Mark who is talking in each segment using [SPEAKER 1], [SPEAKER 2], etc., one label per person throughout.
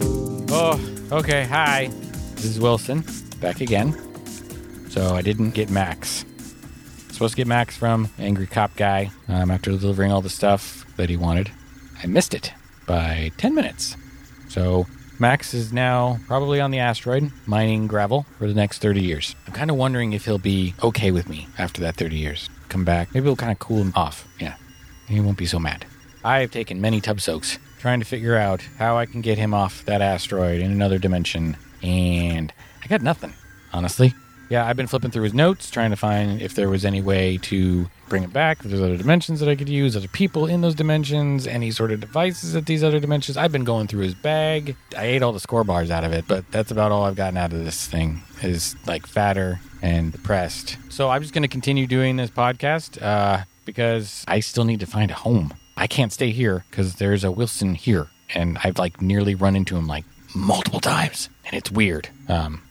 [SPEAKER 1] Oh, okay. Hi. This is Wilson back again. So I didn't get Max. Supposed to get Max from Angry Cop Guy um, after delivering all the stuff that he wanted. I missed it by 10 minutes. So Max is now probably on the asteroid mining gravel for the next 30 years. I'm kind of wondering if he'll be okay with me after that 30 years. Come back. Maybe it'll kind of cool him off. Yeah. He won't be so mad. I've taken many tub soaks trying to figure out how I can get him off that asteroid in another dimension, and I got nothing, honestly. Yeah, I've been flipping through his notes trying to find if there was any way to bring him back, if there's other dimensions that I could use, other people in those dimensions, any sort of devices at these other dimensions. I've been going through his bag. I ate all the score bars out of it, but that's about all I've gotten out of this thing is like fatter and depressed. So I'm just going to continue doing this podcast uh, because I still need to find a home. I can't stay here because there's a Wilson here, and I've like nearly run into him like multiple times, and it's weird. Um,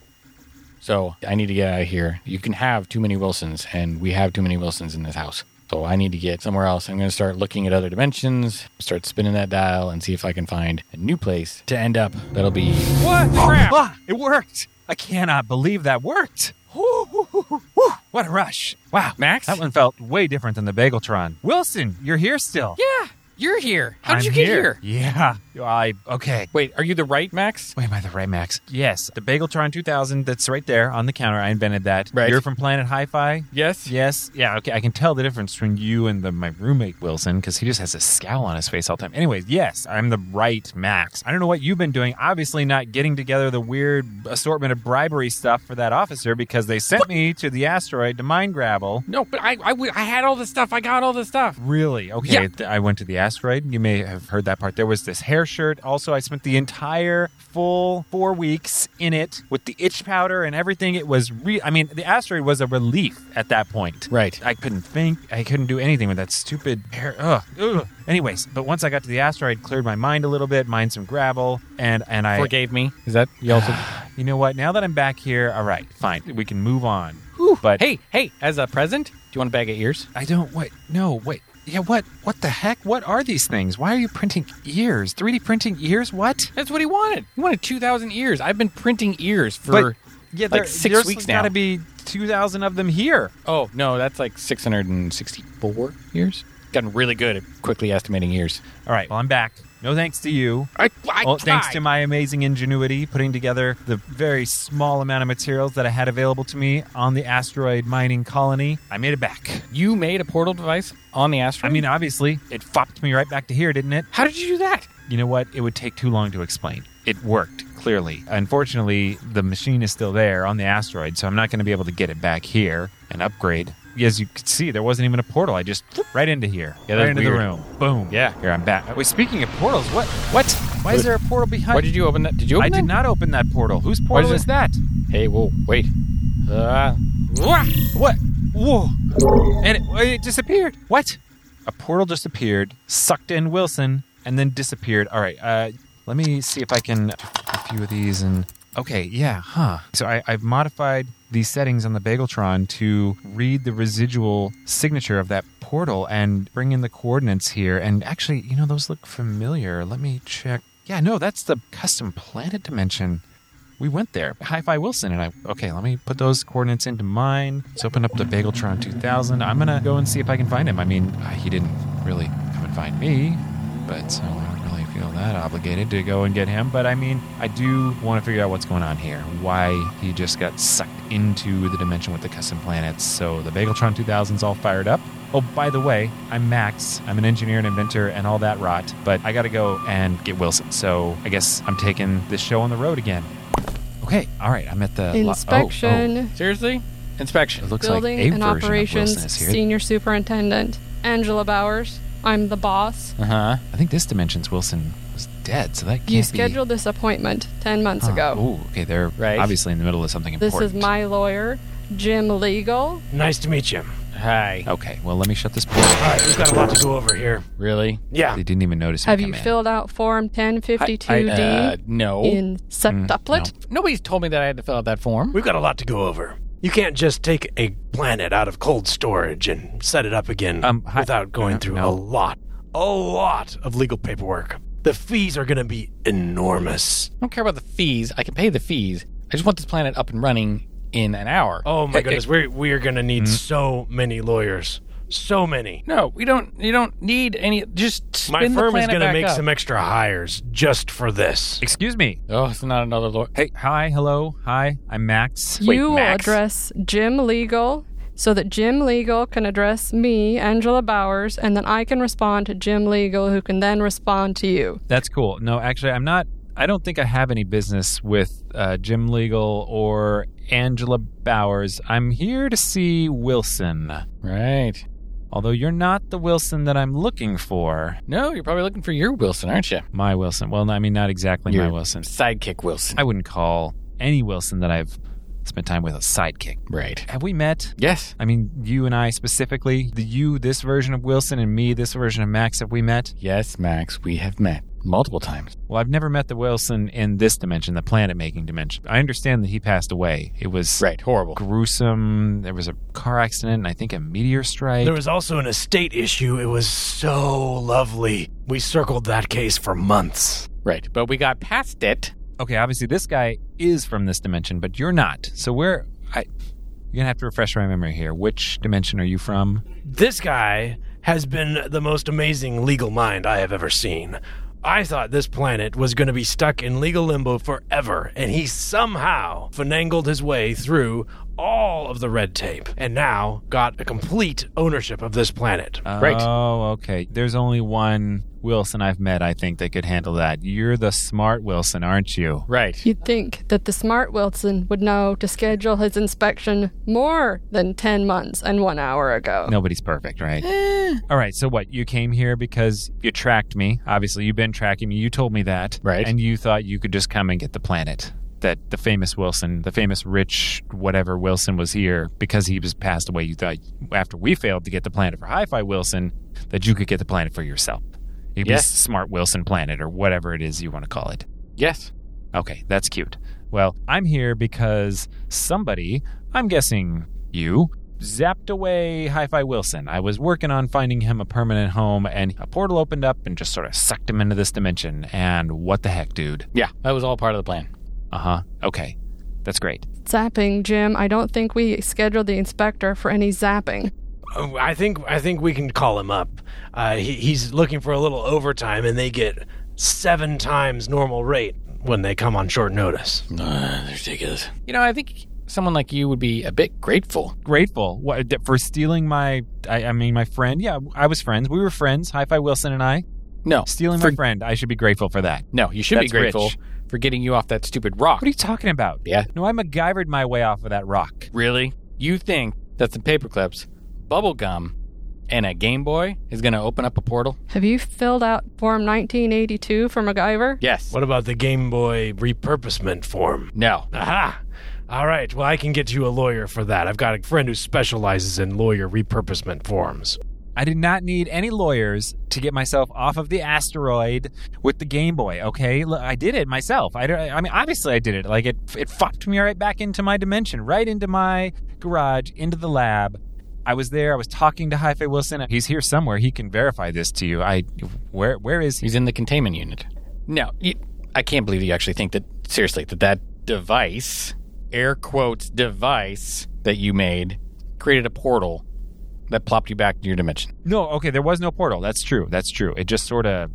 [SPEAKER 1] so I need to get out of here. You can have too many Wilsons, and we have too many Wilsons in this house. So I need to get somewhere else. I'm going to start looking at other dimensions, start spinning that dial, and see if I can find a new place to end up. That'll be
[SPEAKER 2] What?
[SPEAKER 1] Oh,
[SPEAKER 2] Crap. it worked. I cannot believe that worked. Woo, woo, woo, woo, woo. What a rush. Wow.
[SPEAKER 1] Max?
[SPEAKER 2] That one felt way different than the Bageltron. Wilson, you're here still.
[SPEAKER 1] yeah. You're here. How
[SPEAKER 2] I'm
[SPEAKER 1] did you get here?
[SPEAKER 2] Yeah. I, okay.
[SPEAKER 1] Wait, are you the right Max?
[SPEAKER 2] Wait, am I the right Max? Yes. The Bageltron 2000, that's right there on the counter. I invented that.
[SPEAKER 1] Right.
[SPEAKER 2] You're from Planet Hi Fi?
[SPEAKER 1] Yes.
[SPEAKER 2] Yes. Yeah. Okay. I can tell the difference between you and the, my roommate Wilson because he just has a scowl on his face all the time. Anyways, yes, I'm the right Max. I don't know what you've been doing. Obviously, not getting together the weird assortment of bribery stuff for that officer because they sent me to the asteroid to mine gravel.
[SPEAKER 1] No, but I, I, w- I had all the stuff. I got all the stuff.
[SPEAKER 2] Really? Okay.
[SPEAKER 1] Yeah.
[SPEAKER 2] th- I went to the asteroid. You may have heard that part. There was this hair shirt. Also, I spent the entire full four weeks in it with the itch powder and everything. It was re. I mean, the asteroid was a relief at that point.
[SPEAKER 1] Right.
[SPEAKER 2] I couldn't think. I couldn't do anything with that stupid hair. Ugh. Ugh. Anyways, but once I got to the asteroid, cleared my mind a little bit, mined some gravel, and and I.
[SPEAKER 1] Forgave me. Is that you also?
[SPEAKER 2] You know what? Now that I'm back here, all right, fine. We can move on. But
[SPEAKER 1] hey, hey, as a present, do you want a bag of ears?
[SPEAKER 2] I don't. Wait. No. Wait. Yeah. What? What the heck? What are these things? Why are you printing ears? 3D printing ears? What?
[SPEAKER 1] That's what he wanted. He wanted 2,000 ears. I've been printing ears for.
[SPEAKER 2] yeah,
[SPEAKER 1] like
[SPEAKER 2] there-
[SPEAKER 1] six
[SPEAKER 2] there's
[SPEAKER 1] weeks now.
[SPEAKER 2] Got to be two thousand of them here.
[SPEAKER 1] oh, no, that's like 664 years. Gotten really good at quickly estimating years.
[SPEAKER 2] All right. Well, I'm back. No thanks to you.
[SPEAKER 1] I, I
[SPEAKER 2] Well, thanks to my amazing ingenuity putting together the very small amount of materials that I had available to me on the asteroid mining colony, I made it back.
[SPEAKER 1] You made a portal device on the
[SPEAKER 2] I
[SPEAKER 1] asteroid?
[SPEAKER 2] mean, obviously, it fopped me right back to here, didn't it?
[SPEAKER 1] how did you do that?
[SPEAKER 2] You know what? It would take too long to explain. It worked, clearly. Unfortunately, the machine is still there on the asteroid, so I'm not going to be able to get it back here and upgrade. As you could see, there wasn't even a portal. I just right into here,
[SPEAKER 1] Yeah, that's
[SPEAKER 2] right into the
[SPEAKER 1] weird.
[SPEAKER 2] room. Boom.
[SPEAKER 1] Yeah.
[SPEAKER 2] here I'm back. Wait, speaking of portals, what? What? Why is there a portal behind?
[SPEAKER 1] Why did you open that? Did you open
[SPEAKER 2] I did
[SPEAKER 1] that?
[SPEAKER 2] not open that portal. Whose portal
[SPEAKER 1] did-
[SPEAKER 2] is that?
[SPEAKER 1] Hey, whoa, wait. Uh, wah!
[SPEAKER 2] What? Whoa! And it, it disappeared. What? A portal just appeared, sucked in Wilson, and then disappeared. All right. Uh, let me see if I can a few of these and. Okay. Yeah. Huh. So I, I've modified the settings on the Bageltron to read the residual signature of that portal and bring in the coordinates here. And actually, you know, those look familiar. Let me check. Yeah. No, that's the custom planet dimension. We went there. Hi-Fi Wilson and I. Okay, let me put those coordinates into mine. Let's open up the Bageltron 2000. I'm gonna go and see if I can find him. I mean, uh, he didn't really come and find me, but so I don't really feel that obligated to go and get him. But I mean, I do want to figure out what's going on here. Why he just got sucked into the dimension with the custom planets. So the Bageltron 2000's all fired up. Oh, by the way, I'm Max. I'm an engineer and inventor and all that rot. But I gotta go and get Wilson. So I guess I'm taking this show on the road again. Okay, all right. I'm at the lo- oh, oh.
[SPEAKER 3] Inspection,
[SPEAKER 1] Seriously?
[SPEAKER 2] It
[SPEAKER 1] Inspection.
[SPEAKER 2] looks
[SPEAKER 3] Building
[SPEAKER 2] like a
[SPEAKER 3] and
[SPEAKER 2] version of Wilson
[SPEAKER 3] Operations
[SPEAKER 2] is here.
[SPEAKER 3] Senior Superintendent Angela Bowers. I'm the boss.
[SPEAKER 1] Uh huh.
[SPEAKER 2] I think this dimension's Wilson was dead, so that can't
[SPEAKER 3] You
[SPEAKER 2] be-
[SPEAKER 3] scheduled this appointment 10 months
[SPEAKER 2] Huh.
[SPEAKER 3] ago.
[SPEAKER 2] Ooh, okay. They're
[SPEAKER 1] Right.
[SPEAKER 2] obviously in the middle of something
[SPEAKER 3] This
[SPEAKER 2] important.
[SPEAKER 3] is my lawyer, Jim Legal.
[SPEAKER 4] Nice to meet you.
[SPEAKER 1] Hi.
[SPEAKER 2] Okay, well, let me shut this portal.
[SPEAKER 4] All right, we've got a lot to go over here.
[SPEAKER 1] Really?
[SPEAKER 4] Yeah.
[SPEAKER 2] They didn't even notice. me
[SPEAKER 3] Have you
[SPEAKER 2] come in.
[SPEAKER 3] filled out Form
[SPEAKER 1] I-
[SPEAKER 3] 1052D
[SPEAKER 1] uh, no.
[SPEAKER 3] in
[SPEAKER 2] Mm,
[SPEAKER 3] septuplet?
[SPEAKER 1] Nobody's told me that I had to fill out that form.
[SPEAKER 4] We've got a lot to go over. You can't just take a planet out of cold storage and set it up again
[SPEAKER 2] Um,
[SPEAKER 1] Uh,
[SPEAKER 2] hi-
[SPEAKER 4] without going
[SPEAKER 2] no,
[SPEAKER 4] through
[SPEAKER 2] no.
[SPEAKER 4] a lot, a lot of legal paperwork. The fees are going to be enormous.
[SPEAKER 1] I don't care about the fees. I can pay the fees. I just want this planet up and running in an hour.
[SPEAKER 4] Oh my goodness, we're we're going to need
[SPEAKER 1] Mm-hmm.
[SPEAKER 4] so many lawyers. So many.
[SPEAKER 1] No, we don't. You don't need any. Just
[SPEAKER 4] My
[SPEAKER 1] spin the
[SPEAKER 4] firm is
[SPEAKER 1] planet
[SPEAKER 4] going to
[SPEAKER 1] back
[SPEAKER 4] make
[SPEAKER 1] up.
[SPEAKER 4] some extra hires just for this.
[SPEAKER 2] Excuse me.
[SPEAKER 1] Oh, it's not another lord.
[SPEAKER 2] Hey, hi, hello, hi. I'm Max.
[SPEAKER 3] you will
[SPEAKER 2] Max.
[SPEAKER 3] address Jim Legal so that Jim Legal can address me, Angela Bowers, and then I can respond to Jim Legal, who can then respond to you.
[SPEAKER 2] That's cool. No, actually, I'm not. I don't think I have any business with uh, Jim Legal or Angela Bowers. I'm here to see Wilson.
[SPEAKER 1] Right.
[SPEAKER 2] Although you're not the Wilson that I'm looking for.
[SPEAKER 1] No, you're probably looking for your Wilson, aren't you?
[SPEAKER 2] My Wilson. Well, I mean, not exactly my
[SPEAKER 1] Your
[SPEAKER 2] Wilson.
[SPEAKER 1] Sidekick Wilson.
[SPEAKER 2] I wouldn't call any Wilson that I've spent time with a sidekick.
[SPEAKER 1] Right.
[SPEAKER 2] Have we met?
[SPEAKER 1] Yes.
[SPEAKER 2] I mean, you and I specifically, the you, this version of Wilson, and me, this version of Max, have we met?
[SPEAKER 1] Yes, Max, we have met multiple times.
[SPEAKER 2] Well, I've never met the Wilson in this dimension, the planet making dimension. I understand that he passed away. It was
[SPEAKER 1] Right. Horrible.
[SPEAKER 2] gruesome. There was a car accident, and I think a meteor strike.
[SPEAKER 4] There was also an estate issue. It was so lovely. We circled that case for months.
[SPEAKER 1] Right. But we got past it.
[SPEAKER 2] okay, obviously, this guy is from this dimension, but you're not. So, where. I, you're going to have to refresh my memory here. Which dimension are you from?
[SPEAKER 4] This guy has been the most amazing legal mind I have ever seen. I thought this planet was going to be stuck in legal limbo forever, and he somehow finangled his way through all of the red tape and now got a complete ownership of this planet.
[SPEAKER 1] Right.
[SPEAKER 2] Oh, okay. There's only one Wilson I've met, I think, that could handle that. You're the smart Wilson, aren't you?
[SPEAKER 1] Right.
[SPEAKER 3] You'd think that the smart Wilson would know to schedule his inspection more than 10 months and one hour ago.
[SPEAKER 2] Nobody's perfect, right? All right, so what? You came here because you tracked me. Obviously, you've been tracking me. You told me that.
[SPEAKER 1] Right.
[SPEAKER 2] And you thought you could just come and get the planet. That the famous Wilson, the famous rich whatever Wilson was here because he was passed away. You thought after we failed to get the planet for Hi Fi Wilson, that you could get the planet for yourself. It'd
[SPEAKER 1] Yes.
[SPEAKER 2] be Smart Wilson Planet or whatever it is you want to call it.
[SPEAKER 1] Yes.
[SPEAKER 2] Okay, that's cute. Well, I'm here because somebody, I'm guessing you, zapped away Hi Fi Wilson. I was working on finding him a permanent home, and a portal opened up and just sort of sucked him into this dimension. And what the heck, dude?
[SPEAKER 1] Yeah. That was all part of the plan.
[SPEAKER 2] Uh huh. Okay, that's great.
[SPEAKER 3] Zapping, Jim. I don't think we scheduled the inspector for any zapping.
[SPEAKER 4] Oh, I think I think we can call him up. Uh, he, he's looking for a little overtime, and they get seven times normal rate when they come on short notice.
[SPEAKER 1] ridiculous. You know, I think someone like you would be a bit grateful.
[SPEAKER 2] Grateful what, th- for stealing my, I, I mean, my friend. Yeah, I was friends. We were friends, Hi Fi Wilson and I.
[SPEAKER 1] No.
[SPEAKER 2] Stealing
[SPEAKER 1] for,
[SPEAKER 2] my friend. I should be grateful for that.
[SPEAKER 1] No, you should be
[SPEAKER 2] That's
[SPEAKER 1] grateful
[SPEAKER 2] rich.
[SPEAKER 1] for getting you off that stupid rock.
[SPEAKER 2] What are you talking about?
[SPEAKER 1] Yeah.
[SPEAKER 2] No, I MacGyvered my way off of that rock.
[SPEAKER 1] Really? You think that some paperclips, bubble gum, and a Game Boy is going to open up a portal?
[SPEAKER 3] Have you filled out Form 1982 for MacGyver?
[SPEAKER 1] Yes.
[SPEAKER 4] What about the Game Boy repurposement form?
[SPEAKER 1] No.
[SPEAKER 4] Aha! All right, well, I can get you a lawyer for that. I've got a friend who specializes in lawyer repurposement forms.
[SPEAKER 2] I did not need any lawyers to get myself off of the asteroid with the Game Boy. Okay, L- I did it myself. I, don't- I mean, obviously, I did it. Like it, it fucked me right back into my dimension, right into my garage, into the lab. I was there. I was talking to Hi-Fi Wilson. He's here somewhere. He can verify this to you. I, where, where is he?
[SPEAKER 1] He's in the containment unit. No, you, I can't believe you actually think that, seriously, that that device, air quotes device that you made, created a portal that plopped you back to your dimension.
[SPEAKER 2] No, okay, there was no portal. That's true. That's true. It just sort of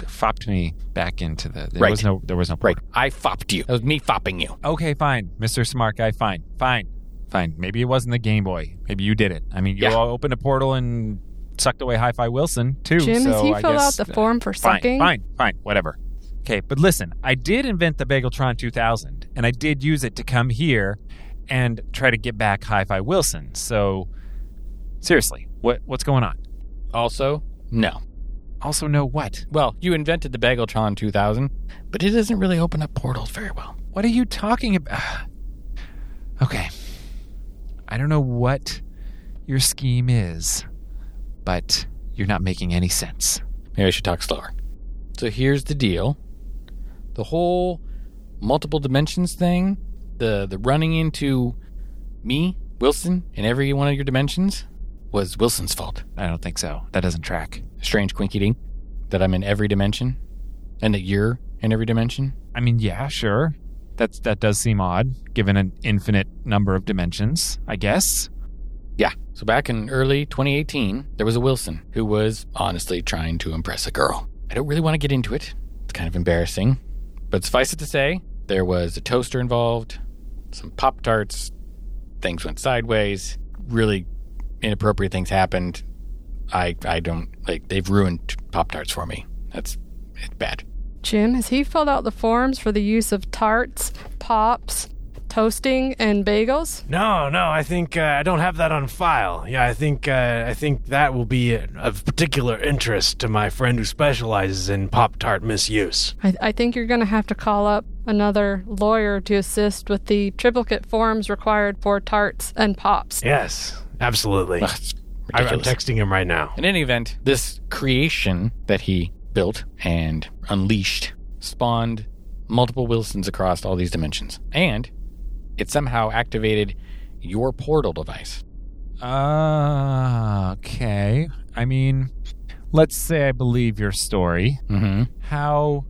[SPEAKER 2] fopped me back into the. There
[SPEAKER 1] Right.
[SPEAKER 2] was no. There was no
[SPEAKER 1] Right.
[SPEAKER 2] portal.
[SPEAKER 1] I fopped you. That was me fopping you.
[SPEAKER 2] okay, fine, Mr. Smart Guy, fine, fine, fine. Maybe it wasn't the Game Boy. Maybe you did it. I mean, you
[SPEAKER 1] Yeah.
[SPEAKER 2] all opened a portal and sucked away Hi Fi Wilson, too.
[SPEAKER 3] Jim,
[SPEAKER 2] so
[SPEAKER 3] has he
[SPEAKER 2] I
[SPEAKER 3] filled
[SPEAKER 2] guess,
[SPEAKER 3] out the form for
[SPEAKER 2] Fine,
[SPEAKER 3] sucking?
[SPEAKER 2] fine, fine, whatever. Okay, but listen, I did invent the Bageltron 2000, and I did use it to come here and try to get back Hi Fi Wilson. So, seriously, what what's going on?
[SPEAKER 1] Also, no.
[SPEAKER 2] Also, know what?
[SPEAKER 1] Well, you invented the Bageltron 2000, but it doesn't really open up portals very well.
[SPEAKER 2] What are you talking about? okay. I don't know what your scheme is, but you're not making any sense.
[SPEAKER 1] Maybe I should talk slower. So here's the deal. The whole multiple dimensions thing, the the running into me, Wilson, in every one of your dimensions was Wilson's fault.
[SPEAKER 2] I don't think so. That doesn't track.
[SPEAKER 1] Strange quinky dink that I'm in every dimension and that you're in every dimension?
[SPEAKER 2] I mean, yeah, sure. That's that does seem odd, given an infinite number of dimensions, I guess.
[SPEAKER 1] So back in early 2018, there was a Wilson who was honestly trying to impress a girl. I don't really want to get into it. It's kind of embarrassing. But suffice it to say, there was a toaster involved, some Pop Tarts, things went sideways, really inappropriate things happened. I I don't like they've ruined Pop Tarts for me. That's it's bad.
[SPEAKER 3] Jim, has he filled out the forms for the use of tarts, pops, toasting, and bagels?
[SPEAKER 4] No, no, I think uh, I don't have that on file. Yeah, I think uh, I think that will be of particular interest to my friend who specializes in Pop Tart misuse.
[SPEAKER 3] I, I think you're going to have to call up another lawyer to assist with the triplicate forms required for tarts and pops.
[SPEAKER 4] Yes, absolutely.
[SPEAKER 1] Ugh, it's
[SPEAKER 4] I- I'm
[SPEAKER 1] ridiculous.
[SPEAKER 4] texting him right now.
[SPEAKER 1] In any event, this creation that he built and unleashed spawned multiple Wilsons across all these dimensions. And it somehow activated your portal device.
[SPEAKER 2] Uh, okay. I mean, let's say I believe your story.
[SPEAKER 1] Mm-hmm.
[SPEAKER 2] How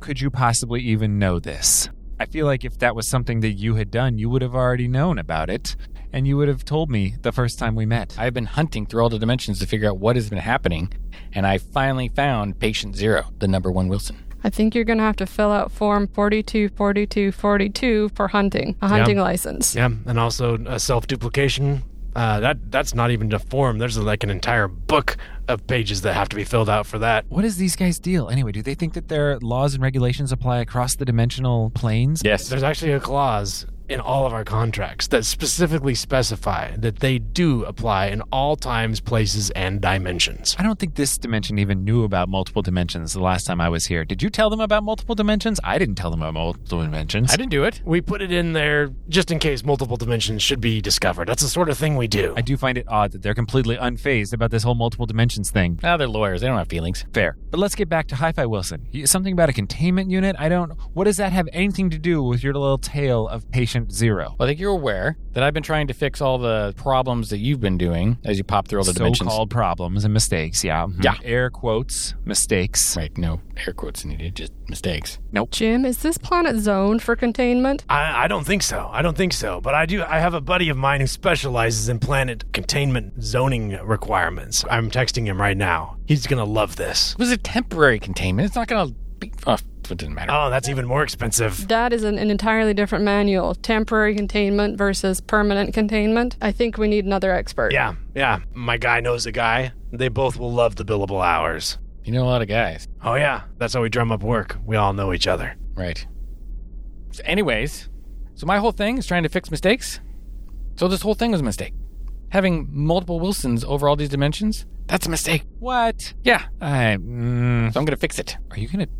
[SPEAKER 2] could you possibly even know this? I feel like if that was something that you had done, you would have already known about it, and you would have told me the first time we met.
[SPEAKER 1] I've been hunting through all the dimensions to figure out what has been happening, and I finally found Patient Zero, the number one Wilson.
[SPEAKER 3] I think you're going to have to fill out form 424242 for hunting, a hunting license.
[SPEAKER 4] Yeah, and also uh, self duplication. Uh, that that's not even a form. There's like an entire book of pages that have to be filled out for that.
[SPEAKER 2] What is these guys' deal? Anyway, do they think that their laws and regulations apply across the dimensional planes?
[SPEAKER 1] Yes.
[SPEAKER 4] There's actually a clause in all of our contracts that specifically specify that they do apply in all times, places, and dimensions.
[SPEAKER 2] I don't think this dimension even knew about multiple dimensions the last time I was here. Did you tell them about multiple dimensions? I didn't tell them about multiple dimensions.
[SPEAKER 1] I didn't do it.
[SPEAKER 4] We put it in there just in case multiple dimensions should be discovered. That's the sort of thing we do.
[SPEAKER 2] I do find it odd that they're completely unfazed about this whole multiple dimensions thing.
[SPEAKER 1] Now Ah, they're lawyers. They don't have feelings.
[SPEAKER 2] Fair. But let's get back to Hi Fi Wilson. Y- Something about a containment unit? I don't. What does that have anything to do with your little tale of patient zero?
[SPEAKER 1] Well, I think you're aware that I've been trying to fix all the problems that you've been doing as you pop through all the dimensions.
[SPEAKER 2] So-called problems and mistakes, yeah. Mhm.
[SPEAKER 1] Yeah.
[SPEAKER 2] Air quotes, mistakes.
[SPEAKER 1] Right, no air quotes needed, just mistakes.
[SPEAKER 3] Jim, is this planet zoned for containment?
[SPEAKER 4] I, I don't think so. I don't think so. But I do. I have a buddy of mine who specializes in planet containment zoning requirements. I'm texting him right now. He's gonna love this.
[SPEAKER 1] It was a temporary containment. It's not going to be. Oh, it doesn't matter.
[SPEAKER 4] Oh, that's even more expensive.
[SPEAKER 3] That is an, an entirely different manual temporary containment versus permanent containment. I think we need another expert.
[SPEAKER 4] Yeah, yeah. My guy knows a guy. They both will love the billable hours.
[SPEAKER 1] You know a lot of guys.
[SPEAKER 4] Oh yeah, that's how we drum up work. We all know each other.
[SPEAKER 1] Right. So anyways, so my whole thing is trying to fix mistakes. So this whole thing was a mistake. Having multiple Wilsons over all these dimensions, that's a mistake.
[SPEAKER 2] What?
[SPEAKER 1] Yeah.
[SPEAKER 2] I. mm,
[SPEAKER 1] So I'm going to fix it.
[SPEAKER 2] Are you going to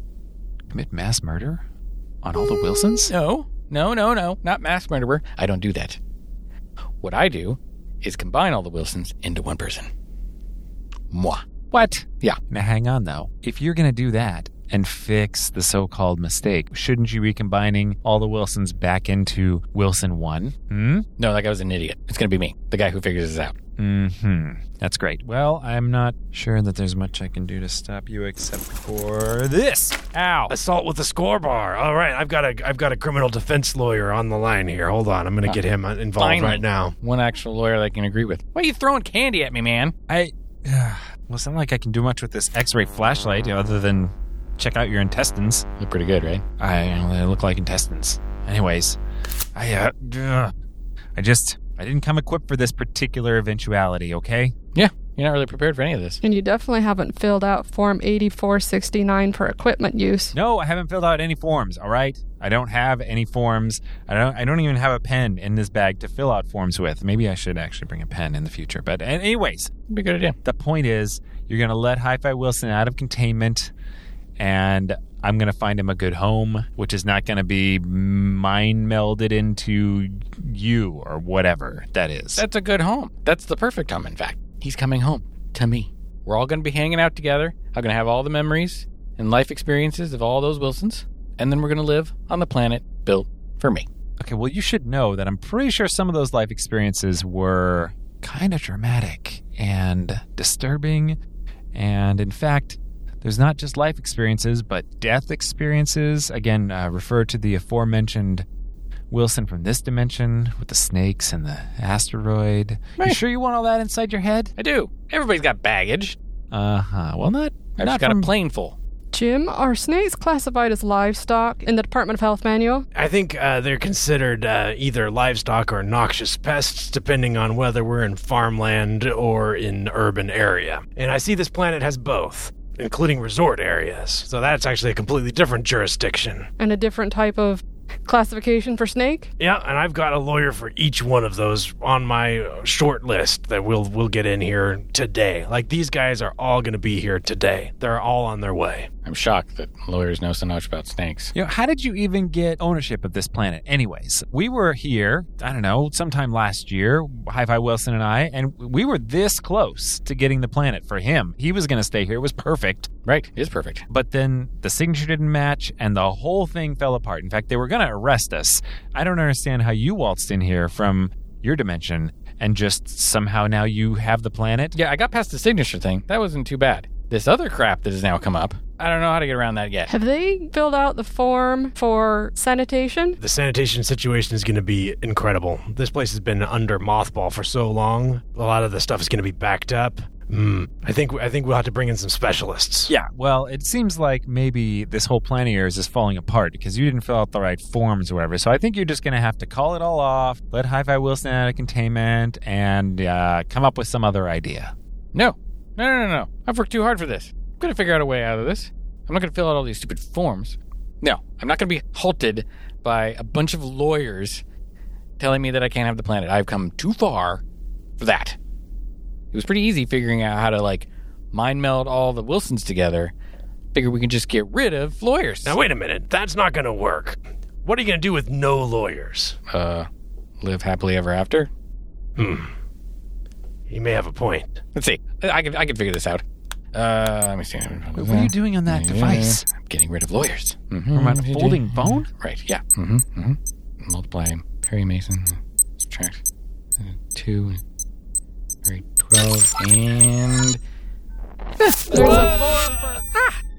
[SPEAKER 2] commit mass murder on all the Wilsons?
[SPEAKER 1] No, no, no, no. Not mass murderer. I don't do that. What I do is combine all the Wilsons into one person. Moi.
[SPEAKER 2] What?
[SPEAKER 1] Yeah.
[SPEAKER 2] Now, hang on though. If you're going to do that and fix the so called mistake, shouldn't you be combining all the Wilsons back into Wilson 1? Hmm?
[SPEAKER 1] No, that guy was an idiot. It's going to be me, the guy who figures this out.
[SPEAKER 2] hmm. That's great. Well, I'm not sure that there's much I can do to stop you except for this. Ow.
[SPEAKER 4] Assault with a score bar. All right, I've got a I've got a criminal defense lawyer on the line here. Hold on, I'm gonna get him uh, involved
[SPEAKER 1] finally.
[SPEAKER 4] right now.
[SPEAKER 1] One actual lawyer that I can agree with. Why are you throwing candy at me, man?
[SPEAKER 2] I. well, it's not like I can do much with this x ray flashlight other than check out your intestines.
[SPEAKER 1] You're pretty good, right?
[SPEAKER 2] I they look like intestines. Anyways, I uh, ugh. I just I didn't come equipped for this particular eventuality. Okay,
[SPEAKER 1] Yeah. You're not really prepared for any of this.
[SPEAKER 3] And you definitely haven't filled out form 8469 for equipment use.
[SPEAKER 2] no, I haven't filled out any forms. All right, I don't have any forms. I don't I don't even have a pen in this bag to fill out forms with. Maybe I should actually bring a pen in the future. But an- anyways,
[SPEAKER 1] It'd be a good idea.
[SPEAKER 2] the point is you're gonna let Hi-Fi Wilson out of containment, and I'm gonna find him a good home, which is not gonna be mind melded into you or whatever that is.
[SPEAKER 1] That's a good home. That's the perfect home, in fact. He's coming home to me. We're all going to be hanging out together. I'm going to have all the memories and life experiences of all those Wilsons. And then we're going to live on the planet built for me.
[SPEAKER 2] Okay, well, you should know that I'm pretty sure some of those life experiences were kind of dramatic and disturbing. And in fact, There's not just life experiences, but death experiences. Again, uh, refer to the aforementioned Wilson from this dimension with the snakes and the asteroid. You
[SPEAKER 1] Meh.
[SPEAKER 2] sure you want all that inside your head?
[SPEAKER 1] I do. Everybody's got baggage.
[SPEAKER 2] Uh huh. Well, not
[SPEAKER 1] I've
[SPEAKER 2] not
[SPEAKER 1] just got
[SPEAKER 2] from
[SPEAKER 1] a plane full.
[SPEAKER 3] Jim, are snakes classified as livestock in the Department of Health manual?
[SPEAKER 4] I think uh, they're considered uh, either livestock or noxious pests, depending on whether we're in farmland or in urban area. And I see this planet has both, including resort areas. So that's actually a completely different jurisdiction.
[SPEAKER 3] And a different type of classification for snake?
[SPEAKER 4] Yeah, and I've got a lawyer for each one of those on my uh, short list that we'll we'll get in here today. Like these guys are all going to be here today. They're all on their way.
[SPEAKER 1] I'm shocked that lawyers know so much about snakes.
[SPEAKER 2] You know, how did you even get ownership of this planet? Anyways, we were here, I don't know, sometime last year, Hi Fi Wilson and I, and we were this close to getting the planet for him. He was going to stay here. It was perfect.
[SPEAKER 1] Right. It is perfect.
[SPEAKER 2] But then the signature didn't match and the whole thing fell apart. In fact, they were going to arrest us. I don't understand how you waltzed in here from your dimension and just somehow now you have the planet.
[SPEAKER 1] Yeah, I got past the signature thing. That wasn't too bad. This other crap that has now come up, I don't know how to get around that yet.
[SPEAKER 3] Have they filled out the form for sanitation?
[SPEAKER 4] The sanitation situation is going to be incredible. This place has been under mothball for so long. A lot of the stuff is going to be backed up. Hmm. I think I think we'll have to bring in some specialists.
[SPEAKER 2] Yeah, well, it seems like maybe this whole plan of yours is falling apart because you didn't fill out the right forms or whatever. So I think you're just going to have to call it all off, let Hi Fi Wilson out of containment, and uh, come up with some other idea.
[SPEAKER 1] No. No, no, no, no. I've worked too hard for this. I'm going to figure out a way out of this. I'm not going to fill out all these stupid forms. No, I'm not going to be halted by a bunch of lawyers telling me that I can't have the planet. I've come too far for that. It was pretty easy figuring out how to, like, mind meld all the Wilsons together. Figure we can just get rid of lawyers.
[SPEAKER 4] Now wait a minute. That's not going to work. What are you going to do with no lawyers?
[SPEAKER 1] uh, live happily ever after?
[SPEAKER 4] You may have a point.
[SPEAKER 1] Let's see. I can I can figure this out. Uh, let me see.
[SPEAKER 2] What are you doing on that device?
[SPEAKER 1] I'm getting rid of lawyers. Mm-hmm.
[SPEAKER 2] From a folding phone?
[SPEAKER 1] Right. Yeah. Mm-hmm. mm-hmm. Multiply Perry Mason. Subtract uh, two. Perry twelve and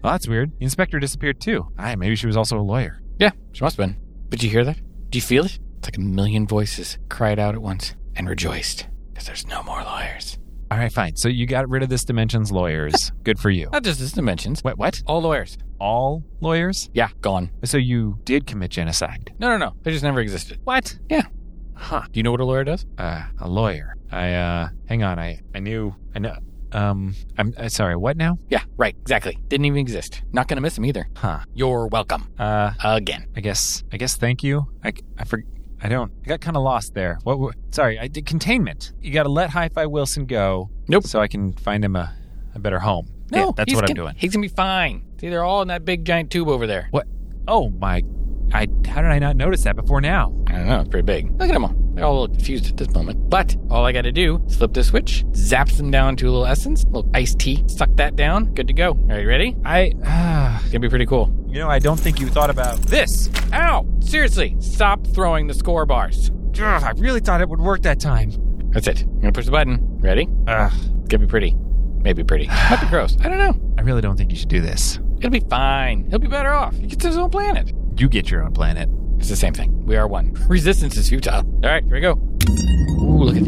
[SPEAKER 2] Well, that's weird. The inspector disappeared too. Aye, maybe she was also a lawyer.
[SPEAKER 1] yeah. She must have been. But you hear that? Do you feel it? It's like a million voices cried out at once and rejoiced because there's no more lawyers.
[SPEAKER 2] All right, fine. So you got rid of this dimension's lawyers. Good for you.
[SPEAKER 1] Not just this dimensions.
[SPEAKER 2] Wait, what?
[SPEAKER 1] All lawyers.
[SPEAKER 2] All lawyers?
[SPEAKER 1] Yeah. Gone.
[SPEAKER 2] So you did commit genocide?
[SPEAKER 1] No, no, no. They just never existed.
[SPEAKER 2] What?
[SPEAKER 1] Yeah.
[SPEAKER 2] Huh.
[SPEAKER 1] Do you know what a lawyer does?
[SPEAKER 2] uh, a lawyer. I uh, hang on. I I knew. I know. Um, I'm uh, sorry. What now?
[SPEAKER 1] Yeah, right, exactly. Didn't even exist. Not gonna miss him either.
[SPEAKER 2] Huh.
[SPEAKER 1] You're welcome.
[SPEAKER 2] Uh,
[SPEAKER 1] Again.
[SPEAKER 2] I guess. I guess. Thank you. I I for, I don't. I got kind of lost there. What? were- Sorry. I did containment. You got to let Hi-Fi Wilson go.
[SPEAKER 1] Nope.
[SPEAKER 2] So I can find him a, a better home. yeah, that's
[SPEAKER 1] he's
[SPEAKER 2] what I'm
[SPEAKER 1] gonna-
[SPEAKER 2] doing.
[SPEAKER 1] He's gonna be fine. See, they're all in that big giant tube over there.
[SPEAKER 2] What? Oh my! I how did I not notice that before now?
[SPEAKER 1] I don't know, it's pretty big. Look at them all. They're all a little confused at this moment. But all I gotta do is flip this switch, zaps them down to a little essence, a little iced tea, suck that down. Good to go. Are you ready?
[SPEAKER 2] I ah,
[SPEAKER 1] It's gonna be pretty cool.
[SPEAKER 2] you know I don't think you thought about this.
[SPEAKER 1] Ow! Seriously, stop throwing the score bars.
[SPEAKER 2] Ugh, I really thought it would work that time.
[SPEAKER 1] That's it. I'm gonna push the button. Ready?
[SPEAKER 2] Ugh,
[SPEAKER 1] It's gonna be pretty. Maybe pretty. Might be gross. I don't know.
[SPEAKER 2] I really don't think you should do this.
[SPEAKER 1] It'll be fine. He'll be better off. He gets his own planet.
[SPEAKER 2] You get your own planet.
[SPEAKER 1] It's the same thing. We are one. Resistance is futile. All right, here we go. Ooh, look at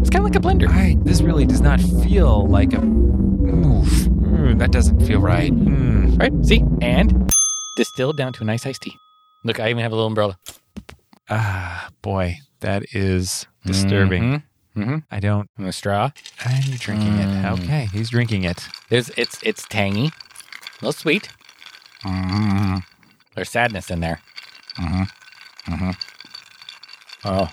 [SPEAKER 1] It's kind of like a blender.
[SPEAKER 2] I this really does not feel like a move. Mm, that doesn't feel right. Mm.
[SPEAKER 1] All right, see? And distilled down to a nice iced tea. Look, I even have a little umbrella.
[SPEAKER 2] Ah, boy, that is disturbing.
[SPEAKER 1] Mm-hmm. mm-hmm.
[SPEAKER 2] I don't.
[SPEAKER 1] And a straw.
[SPEAKER 2] And you're drinking it. Okay, he's drinking it.
[SPEAKER 1] There's it's it's tangy, a little sweet. Mm-hmm. There's sadness in there. Mm-hmm. Mm-hmm. Oh.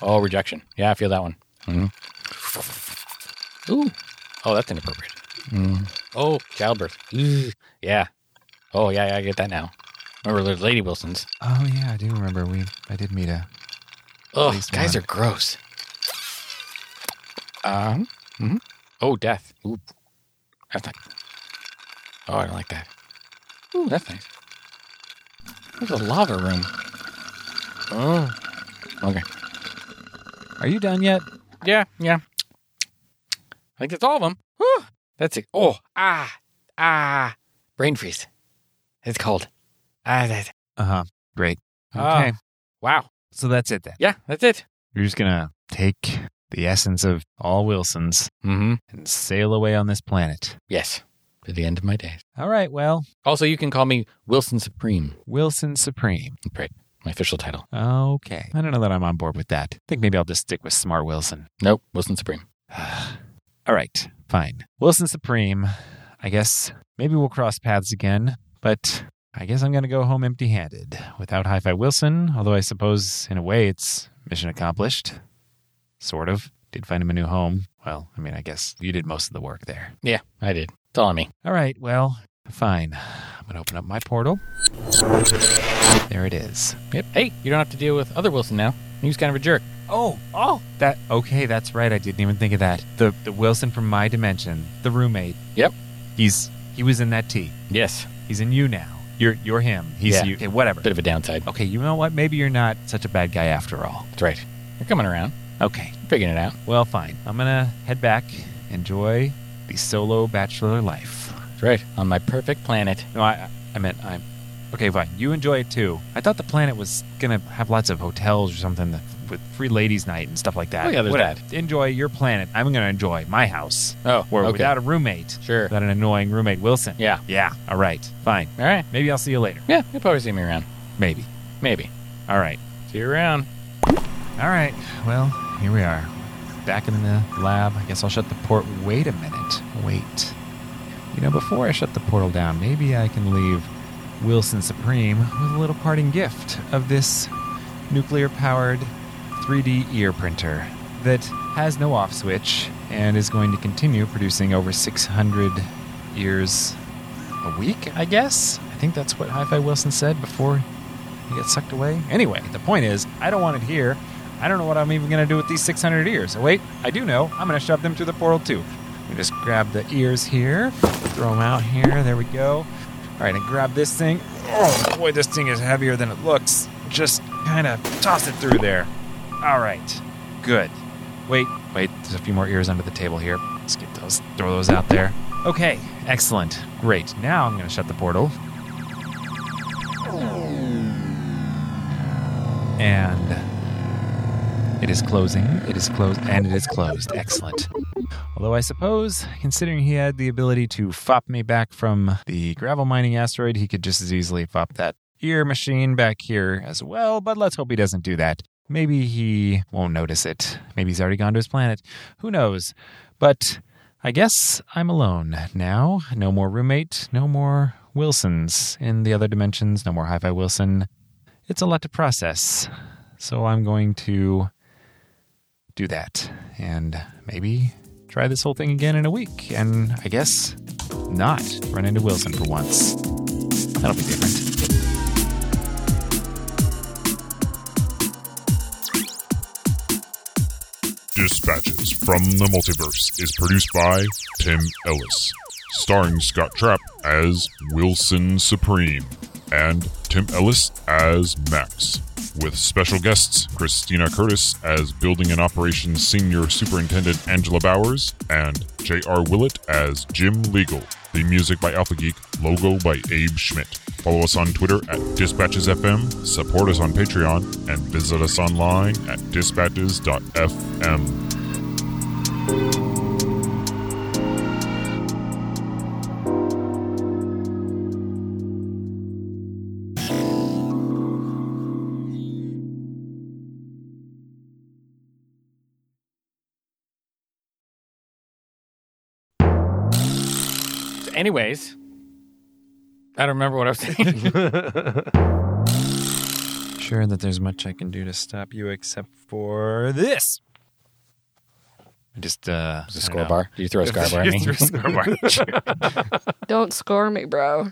[SPEAKER 1] Oh, rejection. Yeah, I feel that one. Mm-hmm. Ooh. Oh, that's inappropriate. Oh, childbirth. Ugh. Yeah. Oh, yeah, yeah, I get that now. Remember, there's Lady Wilson's.
[SPEAKER 2] Oh yeah, I do remember. We I did meet a.
[SPEAKER 1] Oh,
[SPEAKER 2] least
[SPEAKER 1] guys are
[SPEAKER 2] one.
[SPEAKER 1] gross. Um. mhm. Oh, death. Ooh, that's not. Oh, I don't like that. Ooh, that's nice. There's a lava room. Oh. Okay.
[SPEAKER 2] Are you done yet?
[SPEAKER 1] Yeah, yeah. I think that's all of them. Whew. That's it. Oh, ah, Ah, brain freeze. It's cold. Ah, that.
[SPEAKER 2] Uh huh. Great.
[SPEAKER 1] Ah.
[SPEAKER 2] Okay.
[SPEAKER 1] Wow.
[SPEAKER 2] So that's it then.
[SPEAKER 1] Yeah, that's it.
[SPEAKER 2] You're just gonna take the essence of all Wilsons
[SPEAKER 1] Mm-hmm.
[SPEAKER 2] and sail away on this planet.
[SPEAKER 1] Yes. To the end of my days.
[SPEAKER 2] All right. Well,
[SPEAKER 1] Also, you can call me Wilson Supreme.
[SPEAKER 2] Wilson Supreme.
[SPEAKER 1] Right. My official title.
[SPEAKER 2] Okay. I don't know that I'm on board with that. I think maybe I'll just stick with Smart Wilson.
[SPEAKER 1] Nope. Wilson Supreme.
[SPEAKER 2] All right, fine. Wilson Supreme, I guess maybe we'll cross paths again, but I guess I'm going to go home empty handed without Hi Fi Wilson, although I suppose in a way it's mission accomplished. Sort of. Did find him a new home. Well, I mean, I guess you did most of the work there.
[SPEAKER 1] Yeah, I did. It's all on me.
[SPEAKER 2] All right, well, fine. I'm going to open up my portal. There it is.
[SPEAKER 1] Yep. Hey, you don't have to deal with other Wilson now. He was kind of a jerk.
[SPEAKER 2] Oh, oh, that okay. That's right. I didn't even think of that. The the Wilson from my dimension, the roommate.
[SPEAKER 1] Yep.
[SPEAKER 2] He's he was in that tea.
[SPEAKER 1] Yes.
[SPEAKER 2] He's in you now. You're you're him. He's
[SPEAKER 1] Yeah.
[SPEAKER 2] you. Okay, whatever.
[SPEAKER 1] Bit of a downside.
[SPEAKER 2] Okay, you know what? Maybe you're not such a bad guy after all.
[SPEAKER 1] That's right. You're coming around.
[SPEAKER 2] Okay.
[SPEAKER 1] Figuring it out.
[SPEAKER 2] Well, fine. I'm gonna head back. Enjoy the solo bachelor life.
[SPEAKER 1] That's right. On my perfect planet.
[SPEAKER 2] No, I I meant I'm. Okay, fine. You enjoy it too. I thought the planet was gonna have lots of hotels or something that, with free ladies' night and stuff like that.
[SPEAKER 1] Oh, yeah, there's
[SPEAKER 2] Whatever. Enjoy your planet. I'm gonna enjoy my house.
[SPEAKER 1] Oh,
[SPEAKER 2] Where
[SPEAKER 1] okay.
[SPEAKER 2] without a roommate,
[SPEAKER 1] Sure.
[SPEAKER 2] without an annoying roommate, Wilson.
[SPEAKER 1] Yeah.
[SPEAKER 2] Yeah. All right. Fine.
[SPEAKER 1] All right.
[SPEAKER 2] Maybe I'll see you later.
[SPEAKER 1] Yeah, you'll probably see me around.
[SPEAKER 2] Maybe.
[SPEAKER 1] Maybe.
[SPEAKER 2] All right.
[SPEAKER 1] See you around.
[SPEAKER 2] All right. Well, here we are. Back in the lab. I guess I'll shut the port. Wait a minute. Wait. You know, before I shut the portal down, maybe I can leave Wilson Supreme with a little parting gift of this nuclear powered 3D ear printer that has no off switch and is going to continue producing over 600 ears a week, I guess. I think that's what Hi Fi Wilson said before he got sucked away. Anyway, the point is, I don't want it here. I don't know what I'm even going to do with these 600 ears. Oh, wait, I do know. I'm going to shove them through the portal, too. Let me just grab the ears here, throw them out here. There we go. All right, and grab this thing. Oh, boy, this thing is heavier than it looks. Just kind of toss it through there. All right, good. Wait, wait, there's a few more ears under the table here. Let's get those, throw those out there. Okay, excellent. Great. Now I'm going to shut the portal. And it is closing. It is closed. And it is closed. Excellent. Although I suppose, considering he had the ability to fop me back from the gravel mining asteroid, he could just as easily fop that ear machine back here as well. But let's hope he doesn't do that. Maybe he won't notice it. Maybe he's already gone to his planet. Who knows? But I guess I'm alone now. No more roommate, no more Wilsons in the other dimensions, no more Hi Fi Wilson. It's a lot to process. So I'm going to do that and maybe try this whole thing again in a week. And I guess not run into Wilson for once. That'll be different.
[SPEAKER 5] Dispatches from the Multiverse is produced by Tim Ellis, starring Scott Trapp as Wilson Supreme and Tim Ellis as Max, with special guests Christina Curtis as Building and Operations Senior Superintendent Angela Bowers and J.R. Willett as Jim Legal. The music by Alpha Geek, logo by Abe Schmidt. Follow us on Twitter at Dispatches FM, support us on Patreon, and visit us online at dispatches.fm.
[SPEAKER 1] So anyways, I don't remember what I was saying.
[SPEAKER 2] Sure that there's much I can do to stop you except for this. I Just uh
[SPEAKER 1] It's a
[SPEAKER 2] I don't
[SPEAKER 1] score
[SPEAKER 2] know.
[SPEAKER 1] bar. Did you throw a score bar at me?
[SPEAKER 2] Just threw a score bar.
[SPEAKER 3] Don't score me, bro.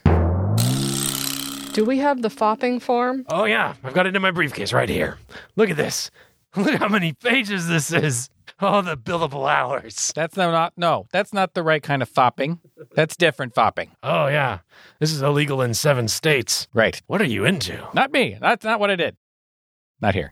[SPEAKER 3] Do we have the fopping form?
[SPEAKER 4] Oh, yeah. I've got it in my briefcase right here. Look at this. Look how many pages this is. Oh, the billable hours.
[SPEAKER 1] That's no- not no. That's not the right kind of fopping. That's different fopping.
[SPEAKER 4] Oh, yeah. This is illegal in seven states.
[SPEAKER 1] Right.
[SPEAKER 4] What are you into?
[SPEAKER 1] Not me. That's not what I did. Not here.